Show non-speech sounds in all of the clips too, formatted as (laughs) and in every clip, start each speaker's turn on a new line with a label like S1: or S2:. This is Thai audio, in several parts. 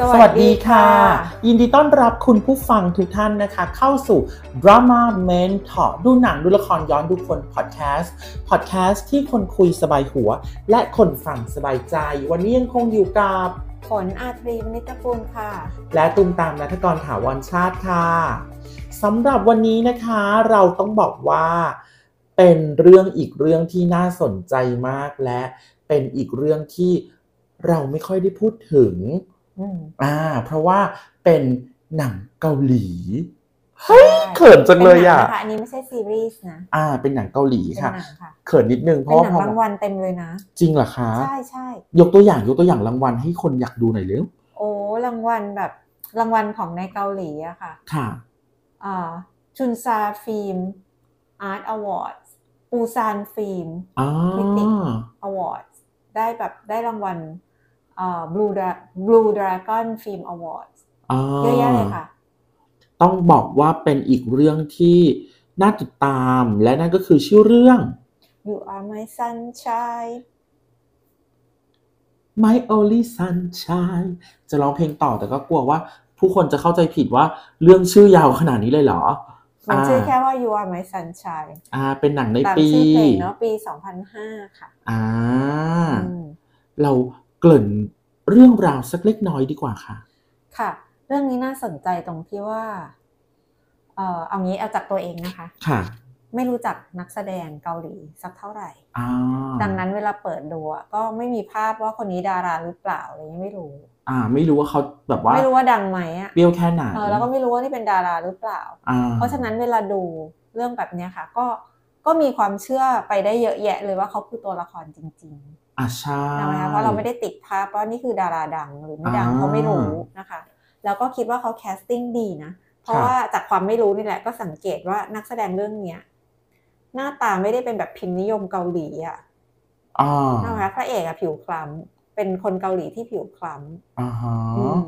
S1: ส
S2: สวัสดีค่ะ ยินดีต้อนรับคุณผู้ฟังทุกท่านนะคะ เข้าสู่ Drama Mentor ดูหนังดูละครย้อนดูคนพอดแคสต์พอดแคสต์ที่คนคุยสบายหัว และคนฟังสบายใจ วันนี้ยังคงอยู่กับ
S1: ผลอาทรีวณิตกูลค่ะ
S2: และตุมตามนัทกรถาวรชาติค่ะสำหรับวันนี้นะคะเราต้องบอกว่าเป็นเรื่องอีกเรื่องที่น่าสนใจมากและเป็นอีกเรื่องที่เราไม่ค่อยได้พูดถึง
S1: อืม
S2: อ่าเพราะว่าเป็นหนังเกาหลี
S1: ใช่
S2: เฮ้ยเขินจังเลยอ่ะ
S1: ป็นหนังนคอันนี้ไม่ใช่ซีรีส์นะ
S2: อ่า เป็นหนังเกาหลี
S1: เป็นห
S2: ค่ะ
S1: นังค่ะ
S2: เขินนิดนึงเพ
S1: เป็นห
S2: ราะว่า
S1: นัง
S2: พอ
S1: รางวัลเต็มเลยนะ
S2: จริงเหรอคะ
S1: ใช่ใช่
S2: ยกตัวอย่างยกตัวอย่างรางวัลให้คนอยากดูหน่อยเร็ว
S1: โอ้รางวัลแบบรางวัลของในเกาหลีอะค่ะ
S2: ค่ะ
S1: อ่าชุนซาฟิล์มอาร์ตอวอร์ดปูซานฟิล์ม
S2: อ่า
S1: ไม่ติด อวอร์ดได้แบบได้รางวัลอ่าบลูบลูดราก้อนฟิล์มอวอร์ด
S2: อ่า
S1: เยอะแยะเลยค่ะ
S2: ต้องบอกว่าเป็นอีกเรื่องที่น่าติดตามและนั่นก็คือชื่อเรื่อง
S1: You are my sunshine
S2: My Only Sunshine จะร้องเพลงต่อแต่ก็กลัวว่า ผู้คนจะเข้าใจผิดว่าเรื่องชื่อยาวขนาดนี้เลยเหรอ
S1: มันชื่อ
S2: อ่า
S1: แค่ว่า You are my sunshine
S2: อ่า เป็นหนังใน
S1: ตาม
S2: ปี
S1: ชื่อเพลงเนาะปี 2005 ค่ะ
S2: อ่า
S1: อืม
S2: เราเกริ่นเรื่องราวสักเล็กน้อยดีกว่าค่ะ
S1: ค่ะ เรื่องนี้น่าสนใจตรงที่ว่า เออเอางี้เอาจากตัวเองนะคะ
S2: ค่ะ
S1: ไม่รู้จักนักแสดงเกาหลีสักเท่าไหร่
S2: อ่า
S1: ดังนั้นเวลาเปิดดูอะก็ไม่มีภาพว่าคนนี้ดาราหรือเปล่าอะไรเลยไม่รู้
S2: อ่า ไม่รู้ว่าเขาแบบว่า
S1: ไม่รู้ว่าดังไหมอะ
S2: เปรี้ยวแค่ไหน
S1: เออแล้วก็ไม่รู้ว่านี่เป็นดาราหรือเปล่า
S2: อ่า
S1: เพราะฉะนั้นเวลาดูเรื่องแบบเนี้ยค่ะ ก็ก็มีความเชื่อไปได้เยอะแยะเลยว่าเขาคือตัวละครจริง ๆ
S2: อ่าใช่
S1: นะคะเพราะเราไม่ได้ติดภาพว่านี่คือดาราดังหรือไม่ดัง
S2: อ่า
S1: เขาไม่รู้นะคะ แล้วก็คิดว่าเขาแคสติ้งดีนะ เพราะ
S2: ค่ะ
S1: ว่าจากความไม่รู้นี่แหละก็สังเกตว่านักแสดงเรื่องเนี้ยหน้าตาไม่ได้เป็นแบบพิมพ์นิยมเกาหลีอะ
S2: อ่า
S1: นะคะพระเอกอะผิวคล้ำเป็นคนเกาหลีที่ผิวคล้
S2: อ่าฮะ
S1: ำม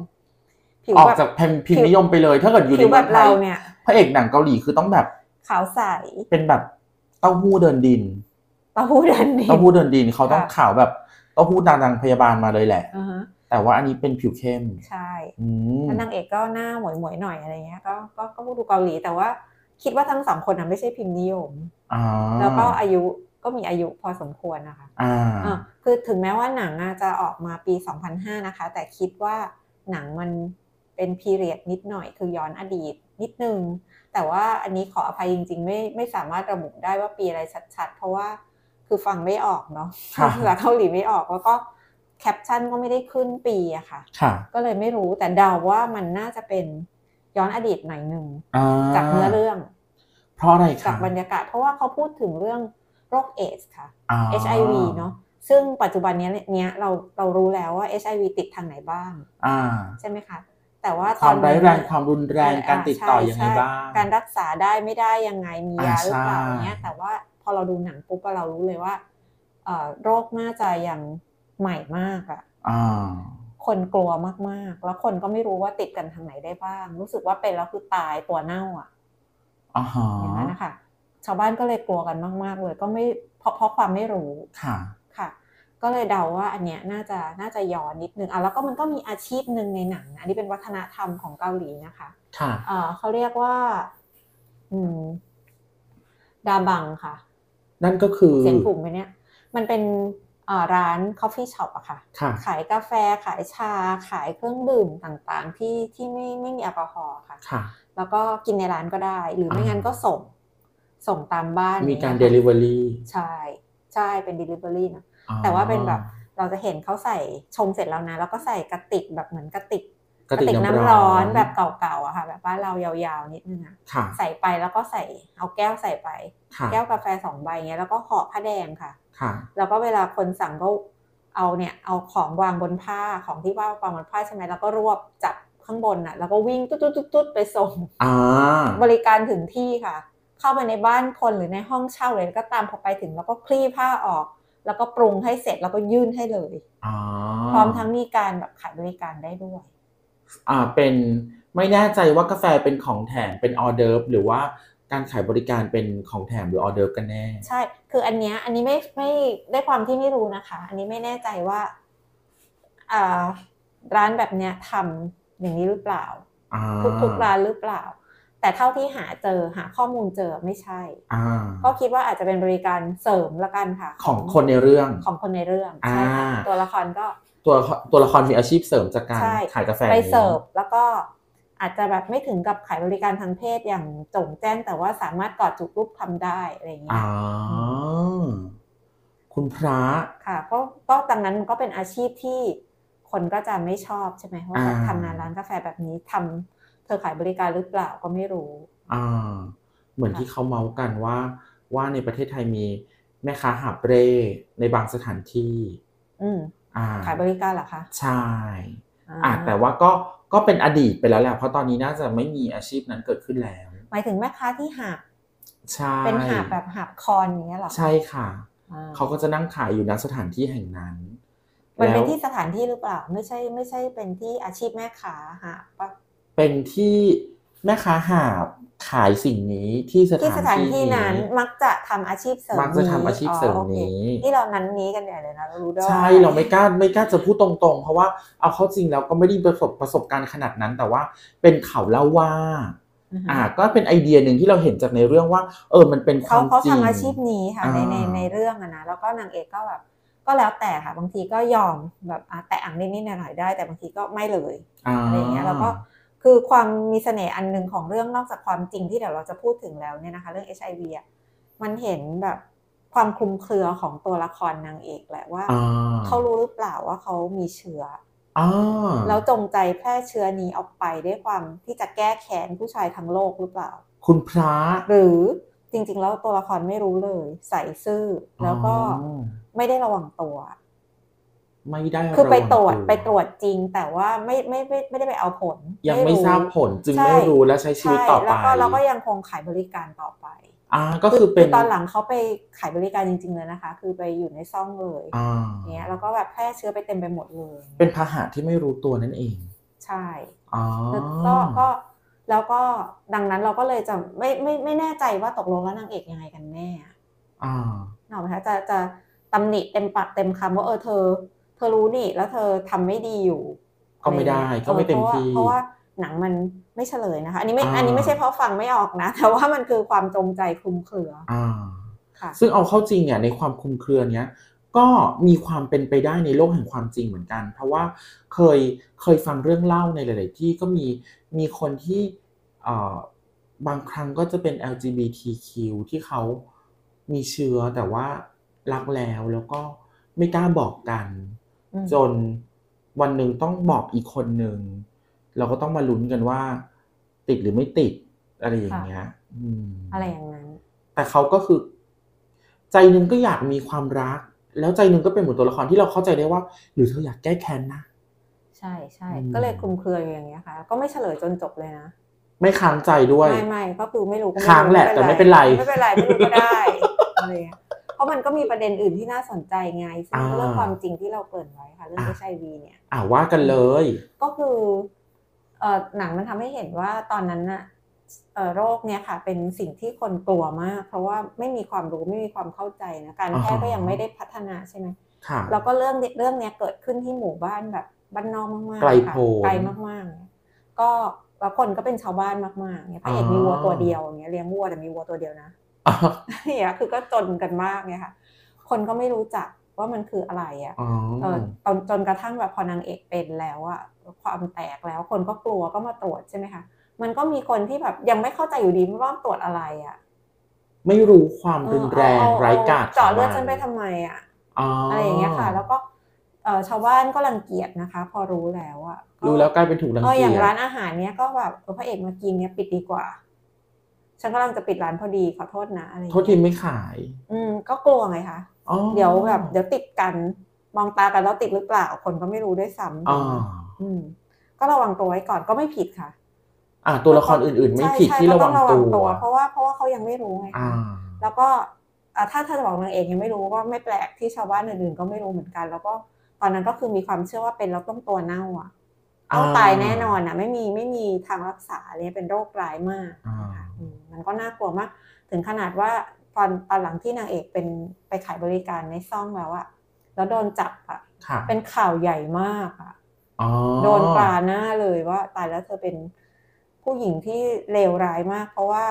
S1: ผิว
S2: ออก
S1: แบบ
S2: จากแผ่นพิมพ์นิยมไปเลย ถ้าเกิดอยู่ใน
S1: ผิว
S2: เมื
S1: แบ
S2: อง
S1: บ
S2: ไท
S1: เรา
S2: ย
S1: เนี่ย
S2: พระเอกหนังเกาหลีคือต้องแบบ
S1: ขาวใส
S2: เป็นแบบเต้าหู้เดินดิน
S1: ตะหูดันดี
S2: เต้าหู้เดินดินเขาต้อง
S1: ค่ะ
S2: ขาวแบบเต้าหู้ดังๆพยาบาลมาเลยแหละ
S1: อ่าฮะ
S2: แต่ว่าอันนี้เป็นผิวเข้ม
S1: ใช่
S2: อืม
S1: แล้วนางเอกก็หน้าหมวยๆหน่อยอะไรเงี้ยก็ก็ก็พูดดูเกาหลีแต่ว่า คิดว่าทั้งสองคนน่ะไม่ใช่พิมพ์นิยม
S2: อ่า
S1: แล้วก็อายุก็มีอายุพอสมควรนะคะ
S2: อ่า
S1: อ่ะคือถึงแม้ว่าหนังอ่ะจะออกมาปี 2005 นะคะ แต่คิดว่าหนังมันเป็นพีเรียดนิดหน่อย คือย้อนอดีตนิดนึง แต่ว่าอันนี้ขออภัยจริง ๆ ไม่ไม่สามารถระบุได้ว่าปีอะไรชัดๆ เพราะว่าคือฟังไม่ออกเนาะ
S2: ค่ะ
S1: (laughs) ภาษาเกาหลีไม่ออก แล้วก็แคปชั่นก็ไม่ได้ขึ้นปีอะค่ะ
S2: ค่ะ
S1: ก็เลยไม่รู้แต่เดาว่ามันน่าจะเป็นย้อนอดีตหน่อยหนึ่ง
S2: อ่
S1: จากเนื้อเรื่อง
S2: เพราะอะไรคะ
S1: จากบรรยากาศเพราะว่าเขาพูดถึงเรื่องโรคเอดส์ค่ะ
S2: อ่า
S1: HIV เนอะซึ่งปัจจุบันเนี้ยเนี้ยเราเรารู้แล้วว่า HIV ติดทางไหนบ้าง
S2: อ่า
S1: ใช่ไหมคะ แต่ว่า
S2: ค
S1: ตอ
S2: วาน ม
S1: นี้
S2: ร้ายแรงความรุนแรง
S1: อ่
S2: การติดต่อ
S1: ใช่
S2: ยังไงบ้าง
S1: ใช่การรักษาได้ไม่ได้ยังไงมียา
S2: อ่า
S1: หรือเปล่า
S2: ใช่
S1: เนี้ยแต่ว่าพอเราดูหนังปุ๊บอะเรารู้เลยว่าเอ่อโรคน่าจะยังใหม่มากอะ
S2: อ่า
S1: คนกลัวมากๆ แล้วคนก็ไม่รู้ว่าติดกันทางไหนได้บ้าง รู้สึกว่าเป็นแล้วคือตายตัวเน่าอะ
S2: อ่าฮะ
S1: อย่างนั้นนะคะชาวบ้านก็เลยกลัวกันมาก ๆ เลยก็ไม่เพราะเพราะความไม่รู้
S2: ค่ะ
S1: ค่ะ ก็เลยเดาว่าอันเนี้ยน่าจะน่าจะย้อนนิดนึงอ่ะแล้วก็มันก็มีอาชีพหนึ่งในหนังนะอันนี้เป็นวัฒนธรรมของเกาหลีนะคะ
S2: ค่ะ
S1: เอ่อเขาเรียกว่า อืม ดาบังค่ะ
S2: นั่นก็คือ
S1: เสียงถูกไหมเนี่ย มันเป็นเอ่อร้านคอฟฟี่ช็อปอะค่ะ
S2: ค่ะ
S1: ขายกาแฟขายชาขายเครื่องดื่มต่างๆ ที่ที่ไม่ไม่มีแอลกอฮอล์ค่ะ
S2: ค่ะ
S1: แล้วก็กินในร้านก็ได้ หรือไม่
S2: อ่างั้
S1: งั้นก็ส่ง ส่งตามบ้าน
S2: มีการ
S1: นี่ยค่ะ
S2: delivery
S1: ใช่ใช่เป็น delivery นะ
S2: อ่
S1: แต่ว่าเป็นแบบ เราจะเห็นเขาใส่ชงเสร็จแล้วนะ แล้วก็ใส่กระติกแบบเหมือนกระติก
S2: กระติกน้ำ
S1: น้ำ
S2: ร้
S1: ร้
S2: อ
S1: อน นแบบเก่าๆอะค่ะ แบบบ้านเรายาวๆนิดนึงอะ
S2: ค่ะ
S1: ใส่ไปแล้วก็ใส่เอาแก้วใส่ไป
S2: ค่ะ
S1: แก้วกาแฟสองใบเงี้ยแล้วก็ห่อผ้าแดงค่ะ
S2: ค่ะ
S1: แล้วก็เวลาคนสั่งก็เอาเนี่ยเอาของวางบนผ้าของที่ว่าวางบนผ้าใช่ไหมแล้วก็รวบจับข้างบนอะแล้วก็วิ่งตุ๊ดๆๆๆไปส่ง
S2: อ่า
S1: บริการถึงที่ค่ะ เข้าไปในบ้านคนหรือในห้องเช่าเลยก็ตามพอไปถึงแล้วก็คลี่ผ้าออก แล้วก็ปรุงให้เสร็จแล้วก็ยื่นให้เลย
S2: อ่า
S1: พร้อมทั้งมีการแบบขายบริการได้ด้วย
S2: อ่า เป็น ไม่แน่ใจว่ากาแฟเป็นของแถม เป็นออเดิร์ฟหรือว่าการขายบริการเป็นของแถมหรือออเดิร์ฟกันแน่
S1: ใช่ คืออันเนี้ยอันนี้ไม่ไม่ได้ความที่ไม่รู้นะคะ อันนี้ไม่แน่ใจว่าอ่า ร้านแบบเนี้ยทำอย่างนี้หรือเปล่า
S2: อ่า
S1: ทุกๆร้านหรือเปล่า แต่เท่าที่หาเจอหาข้อมูลเจอไม่ใช่
S2: อ่า
S1: ก็คิดว่าอาจจะเป็นบริการเสริมละกันค่ะ
S2: ของคนในเรื่อง
S1: ของคนในเรื่องใช่ค่ะ
S2: อ่า
S1: ตัวละครก็
S2: ตัวละครตัวละครมีอาชีพเสริมจากการ
S1: ใช่
S2: ขายกาแฟ
S1: ไป
S2: นี้
S1: เสิร์ฟแล้วก็อาจจะแบบไม่ถึงกับขายบริการทางเพศอย่างโจงแจ้งแต่ว่าสามารถกอดจุกรูปคำได้อะไรอย่างเงี้
S2: อ๋
S1: ย
S2: อคุณพระ
S1: ค่ะก็ก็ดังนั้นมันก็เป็นอาชีพที่คนก็จะไม่ชอบใช่ไหมว่าแบบ
S2: อ่า
S1: ทำงานร้านกาแฟแบบนี้ทำเธอขายบริการหรือเปล่าก็ไม่รู้
S2: อ่า เหมือน
S1: ค่ะ
S2: ที่เขาเมาส์กันว่า ว่าในประเทศไทยมีแม่ค้าหาบเร่ในบางสถานที่
S1: อืม
S2: อ่า
S1: ขายบริการเหรอคะ
S2: ใช่ อ่าแต่ว่าก็ก็เป็นอดีตไปแล้วแหละเพราะตอนนี้น่าจะไม่มีอาชีพนั้นเกิดขึ้นแล้ว
S1: หมายถึงแม่ค้าที่หัก
S2: ใช่
S1: เป็นหักแบบหักคอนอย่างเงี้ยเหรอ
S2: ใช่ค่ะ
S1: อ่า
S2: เขาก็จะนั่งขายอยู่ณสถานที่แห่งนั้น
S1: มันเป็น
S2: แล้ว
S1: ที่สถานที่หรือเปล่า ไม่ใช่ไม่ใช่เป็นที่อาชีพแม่ค้าหาบปะ
S2: เป็นที่แม่ค้าหาบขายสิ่งนี้ที่ส
S1: ที่
S2: ถาน
S1: สถานที่นั้น
S2: นี้
S1: มักจะทำอาชีพเสริม
S2: มักจะทำอาชีพเสริม
S1: อ๋อโอค
S2: นี้
S1: นี่เรานั้นนี้กันใหญ่เลยนะเรารู้ด้วย
S2: ใช่เราไม่กล้าไม่กล้าจะพูดตรงๆ เพราะว่าเอาเข้าจริงแล้วก็ไม่ได้ประสบประสบการณ์ขนาดนั้นแต่ว่าเป็นข่าวเล่าว่า
S1: อือฮึ
S2: อ่า ก็เป็นไอเดียหนึ่งที่เราเห็นจากในเรื่องว่า เออมันเป็นควา
S1: เขา
S2: ม
S1: เขา
S2: จริง
S1: ทำอาชีพนี้ค่ะในใน
S2: อ่า
S1: ในเรื่องอะนะแล้วก็นางเอกก็แบบก็แล้วแต่ค่ะบางทีก็ยอมแบบอ่ะแต่อังนิดนิดๆหน่อยๆได้ แต่บางทีก็ไม่เลย
S2: อ่า
S1: อะไรอย่างเงี้ยแล้วก็คือความมีเสน่ห์อันหนึ่งของเรื่องนอกจากความจริงที่เดี๋ยวเราจะพูดถึงแล้วเนี่ยนะคะ เรื่อง HIV อะมันเห็นแบบความคลุมเครือของตัวละครนางเอกแหละว่า
S2: อ่า
S1: เขารู้หรือเปล่าว่าเขามีเชื้อ
S2: อ่า
S1: แล้วจงใจแพร่เชื้อนี้ออกไปด้วยความที่จะแก้แค้นผู้ชายทั้งโลกหรือเปล่า
S2: คุณพระ
S1: หรือจริงๆ แล้วตัวละครไม่รู้เลย ใส่ซื่ออแล้วก็ไม่ได้ระวังตัว
S2: ไม่ได้
S1: คือไปตรวจ
S2: ะง
S1: ไปตรวจจริง แต่ว่าไม่ไม่ไม่ไม่ได้ไปเอาผล
S2: ยังไม่ทราบผลจึง
S1: ใช่
S2: ไม่รู้และใช้ชีวิตต่อไป
S1: ใช่แล้วก็เราก็ยังคงขายบริการต่อไป
S2: อ่าก็คือเป็น
S1: ตอนหลังเขาไปขายบริการจริง ๆ เลยนะคะ คือไปอยู่ในซ่องเลย
S2: อ่า
S1: เนี้ยแล้วก็แบบแพร่เชื้อไปเต็มไปหมดเลย
S2: เป็นพาหะที่ไม่รู้ตัวนั่นเอง
S1: ใช่
S2: อ๋อ
S1: ก็ก็แล้วก็ดังนั้นเราก็เลยจะไม่ไม่ไม่แน่ใจว่าตกลงแล้วนางเอกยังไงกันแน่อะ
S2: อ่า
S1: นึกออกไหมคะจะจะตำหนิเต็มปากเต็มคำว่าเออเธอ เธอรู้นี่แล้วเธอทำไม่ดีอยู่
S2: ก็ไม่ได้
S1: อะรงี้ย
S2: ก็ไม่เต็มที่
S1: ออเพราะว่าเพราะว่าหนังมันไม่เฉลยนะคะ อันนี้ไม่
S2: อ่า
S1: อันนี้ไม่ใช่เพราะฟังไม่ออกนะ (laughs) แต่ว่ามันคือความจงใจคลุมเครือ
S2: อ่า
S1: ค่ะ
S2: ซึ่งเอาเข้าจริงเนี่ยในความคลุมเครือเนี้ยก็มีความเป็นไปได้ในโลกแห่งความจริงเหมือนกัน เพราะว่าเคยเคยฟังเรื่องเล่าในหลาย ๆ ที่ก็มีมีคนที่เอ่อบางครั้งก็จะเป็น LGBTQ ที่เขามีเชื้อแต่ว่ารักแล้วแล้วก็ไม่กล้าบอกกัน
S1: อืม
S2: จนวันหนึ่งต้องบอกอีกคนหนึ่งเราก็ต้องมาลุ้นกันว่า ติดหรือไม่ติดอะไรอย่างเงี้ยอืม
S1: อะไรอย่างนั้น
S2: แต่เขาก็คือ ใจหนึ่งก็อยากมีความรัก แล้วใจหนึ่งก็เป็นเหมือนตัวละครที่เราเข้าใจได้ว่า หรือเธออยากแก้แค้นนะ
S1: ใช่ใช่
S2: อืม
S1: ก็เลยคลุมเครืออยู่อย่างเงี้ยค่ะ ก็ไม่เฉลยจนจบเลยนะ
S2: ไม่ค้างใจด้วย
S1: ไม่ไม่ก็คือไม่รู้ก็ไม่รู้
S2: ค้างแหละแต่ไม่เป็นไร
S1: ไม่เป็นไรไม่รู้ก็ได้อะไรเงี้ยเพราะมันก็มีประเด็นอื่นที่น่าสนใจไงซึ่ง
S2: อ่า
S1: เรื่องความจริงที่เราเกริดไว้ค่ะ เรื่อง
S2: อ่ะ
S1: HIV เนี่ย
S2: อ่าว่ากันเลย
S1: ก็คือเอ่อหนังมันทำให้เห็นว่าตอนนั้นน่ะเอ่อโรคเนี่ยค่ะ เป็นสิ่งที่คนกลัวมาก เพราะว่าไม่มีความรู้ไม่มีความเข้าใจนะการแพทย์ก็ยังไม่ได้พัฒนาใช่ไหม
S2: ค่ะ
S1: แล้วก็เรื่องเรื่องเนี้ยเกิดขึ้นที่หมู่บ้านแบบบ้านนอกมากๆ
S2: ไกล
S1: ค่ะ
S2: โพ้น
S1: ไกลมากๆเนี่ยก็แล้วคนก็เป็นชาวบ้านมากๆเนี่ยพระเอกมีวัวตัวเดียวอย่างเงี้ยเลี้ยงวัวแต่มีวัวตัวเดียวนะ (laughs)
S2: อ่ะ
S1: เนี่ยคือก็จนกันมากเนี่ยค่ะ คนก็ไม่รู้จักว่ามันคืออะไรอ่ะ
S2: อ๋อ
S1: เออจนจนกระทั่งแบบพอนางเอกเป็นแล้วอ่ะความแตกแล้ว คนก็กลัวก็มาตรวจใช่ไหมคะมันก็มีคนที่แบบยังไม่เข้าใจอยู่ดีว่าตรวจอะไรอ่ะ
S2: ไม่รู้ความ
S1: เออ
S2: รุนแรง
S1: เอเอ
S2: ไร้กาจ
S1: เจาะเลือด
S2: ขงมั
S1: ฉันไปทำไมอ่ะ
S2: อะ
S1: อะไรอย่างเงี้ยค่ะ แล้วก็เออชาวบ้านก็รังเกียจนะคะ พอรู้แล้วอ่ะก็
S2: รู้แล้วกลายเป็นถูกรัง
S1: เออ
S2: เกี
S1: อย ย่างร้า
S2: จ
S1: นอาหารเนี้ยก็แบบเออพระเอกมากินเนี้ยปิดดีกว่า ฉันกำลังจะปิดร้านพอดีขอโทษนะอะไรอย่าง
S2: โท
S1: เงี้ย
S2: ษทีไม่ขาย
S1: อืมก็กลัวไงคะ
S2: อ๋อ
S1: เดี๋ยวแบบเดี๋ยวติดกันมองตากันแล้วติดหรือเปล่าคนก็ไม่รู้ด้วยซ้ำ
S2: อ่า
S1: อืม ก็ระวังตัวไว้ก่อนก็ไม่ผิดค่ะ
S2: อ่าตัวละครอื่น ๆ ไม่ผิด
S1: ใช่ใช่
S2: ที่ระ
S1: ก็
S2: วั
S1: ต้อง งระวั
S2: ตั
S1: ง
S2: ว
S1: ตัว เพราะว่าเพราะว่าเขายังไม่รู้ไง
S2: อ่า
S1: คะแล้วก็อ่ะถ้าถ้าจะบอกนางเอกยังไม่รู้ก็ไม่แปลกที่ชาวบ้านอื่นๆก็ไม่รู้เหมือนกัน แล้วก็ตอนนั้นก็คือมีความเชื่อว่าเป็นแล้วต้องตัวเน่าอ่ะ ต้องตายแน่นอนอ่ะไม่มีไม่มีทางรักษาอะไรเนี่ยเป็นโรคร้ายมาก
S2: อ่า
S1: ค่ะอืมมันก็น่ากลัวมาก ถึงขนาดว่าตอนตอนหลังที่นางเอกเป็นไปขายบริการในซ่องแล้วอะแล้วโดนจับอะ
S2: ค่ะ
S1: เป็นข่าวใหญ่มากอะ
S2: อ๋อ
S1: โดนปลาหน้าเลยว่าตายแล้วเธอเป็นผู้หญิงที่เลวร้ายมาก เพราะว่า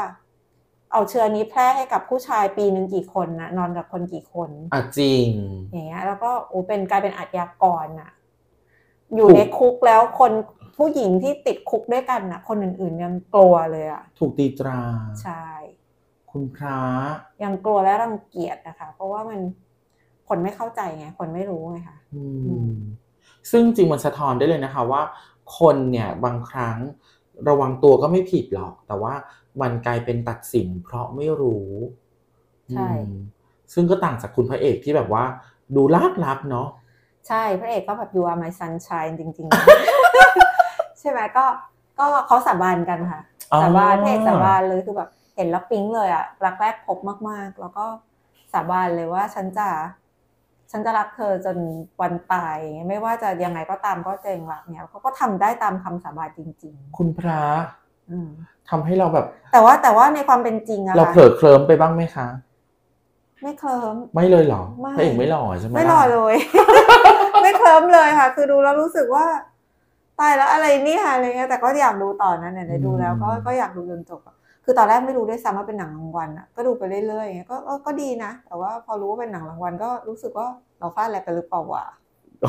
S1: เอาเชื้อนี้แพร่ให้กับผู้ชายปีหนึ่งกี่คนนะนอนกับคนกี่คน
S2: อ่ะจริง
S1: อย่างเงี้ยแล้วก็โอ้เป็นกลายเป็นอาชญากรน่ะ อยู่
S2: ถูก
S1: ในคุกแล้วคนผู้หญิงที่ติดคุกด้วยกันน่ะ คนอื่นๆยังกลัวเลยอ่ะ
S2: ถูกตีตรา
S1: ใช่
S2: คุณพระ
S1: ยังกลัวและรังเกียจนะคะ เพราะว่ามันคนไม่เข้าใจไงคนไม่รู้ไงคะ
S2: อื
S1: อื
S2: ม
S1: ม
S2: ซึ่งจริงมันสะท้อนได้เลยนะคะว่า คนเนี่ยบางครั้งระวังตัวก็ไม่ผิดหรอก แต่ว่ามันกลายเป็นตัดสินเพราะไม่รู้
S1: ใช่
S2: อืมซึ่งก็ต่างจากคุณพระเอกที่แบบว่า ดูลากลักเนาะ
S1: ใช่พระเอกก็แบบ you are my sunshine จริง
S2: (laughs)
S1: ๆ ใช่ไหมก็ก็เขาสาบานกันค่ะ สาบานพระเอกสาบานเลยคือแบบเห็นแล้วปิ๊งเลยอะรักแรกพบมากๆ แล้วก็สาบานเลยว่าฉันจะ ฉันจะรักเธอจนวันตายอย่างเงี้ยไม่ว่าจะยังไงก็ตามก็เจงรักเนี่ยเขาก็ทำได้ตามคำสาบานจริง
S2: คุณพระ
S1: ๆ อืม
S2: ทำให้เราแบบ
S1: แต่ว่าแต่ว่าในความเป็นจริงอะ
S2: เรา
S1: ค่ะ
S2: เผลอเคลิ้มไปบ้างไหมคะ
S1: ไม่เคลิ้ม
S2: ไม่เลยเหรอ
S1: ไม่
S2: พระเอกไม่หล่อใช่ไหม
S1: ไม่หล่อเลย (laughs) ไม่เคลิ้มเลยค่ะ คือดูแล้วรู้สึกว่า ตายแล้วอะไรเนี่ยอะไรเงี้ยแต่ก็อยากดูต่อนะเนี่ยได้ดูแล้วก็ก็อยากดูจนจบอะคือตอนแรกไม่รู้ด้วยซ้ำว่าเป็นหนังรางวัลอะก็ดูไปเรื่อยๆอย่างเงี้ยก็ก็ก็ดีนะ แต่ว่าพอรู้ว่าเป็นหนังรางวัลก็รู้สึกว่าเราพลาดอะไรไปหรือเปล่าวะ
S2: (laughs)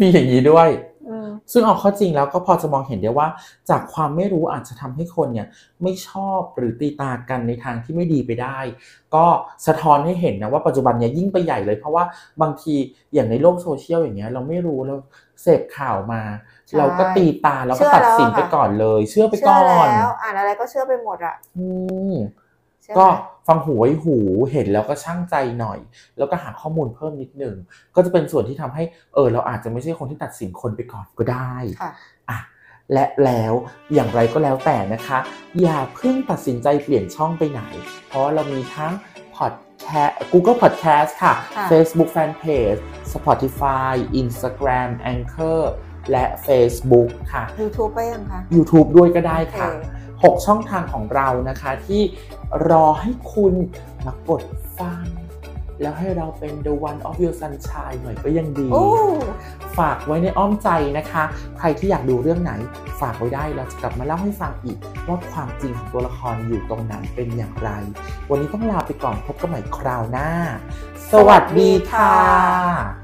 S2: มีอย่างนี้ด้วย
S1: อืม
S2: ซึ่งเอาเข้อจริงแล้วก็พอจะมองเห็นได้ว่า จากความไม่รู้อาจจะทำให้คนเนี่ย ไม่ชอบหรือตีตากันในทางที่ไม่ดีไปได้ ก็สะท้อนให้เห็นนะว่าปัจจุบันเนี่ยยิ่งไปใหญ่เลยเพราะว่าบางทีอย่างในโลกโซเชียลอย่างเงี้ยเราไม่รู้เราเสพข่าวมา
S1: ใช่
S2: เราก็ตีตาเราก็
S1: เชื่อ
S2: ตัดสิน
S1: แล้วอะค่ะ
S2: ไปก่อนเลย เชื่อไป
S1: เชื่
S2: ก่
S1: อ
S2: อ
S1: แล
S2: น้
S1: ว อ่านอะไรก็เชื่อไปหมดอะ
S2: อืม
S1: ใช่ไหม
S2: ก็ฟังหูไว้หูเห็นแล้วก็ช่างใจหน่อย แล้วก็หาข้อมูลเพิ่มนิดหนึ่งก็จะเป็นส่วนที่ทำให้เออเราอาจจะไม่ใช่คนที่ตัดสินคนไปก่อนก็ได้
S1: ค่ะ
S2: และแล้วอย่างไรก็แล้วแต่นะคะ อย่าเพิ่งตัดสินใจเปลี่ยนช่องไปไหน เพราะเรามีทั้ง podcast Google Podcast ค่ะ
S1: ค่ะ
S2: Facebook Fanpage Spotify Instagram Anchor และ Facebook ค่ะ
S1: YouTube ไปยังคะ
S2: YouTube ด้วยก็ได้ค่ะ
S1: โอเค
S2: 6 ช่องทางของเรานะคะที่รอให้คุณมากดฟัง แล้วให้เราเป็น the one of your sunshine หน่อยก็ยังดี
S1: โอ้
S2: ฝากไว้ในอ้อมใจนะคะ ใครที่อยากดูเรื่องไหน ฝากไว้ได้เราจะกลับมาเล่าให้ฟังอีก ว่าความจริงของตัวละครอยู่ตรงไหนเป็นอย่างไร วันนี้ต้องลาไปก่อนพบกันใหม่คราวหน้า สวัสดีค่ะ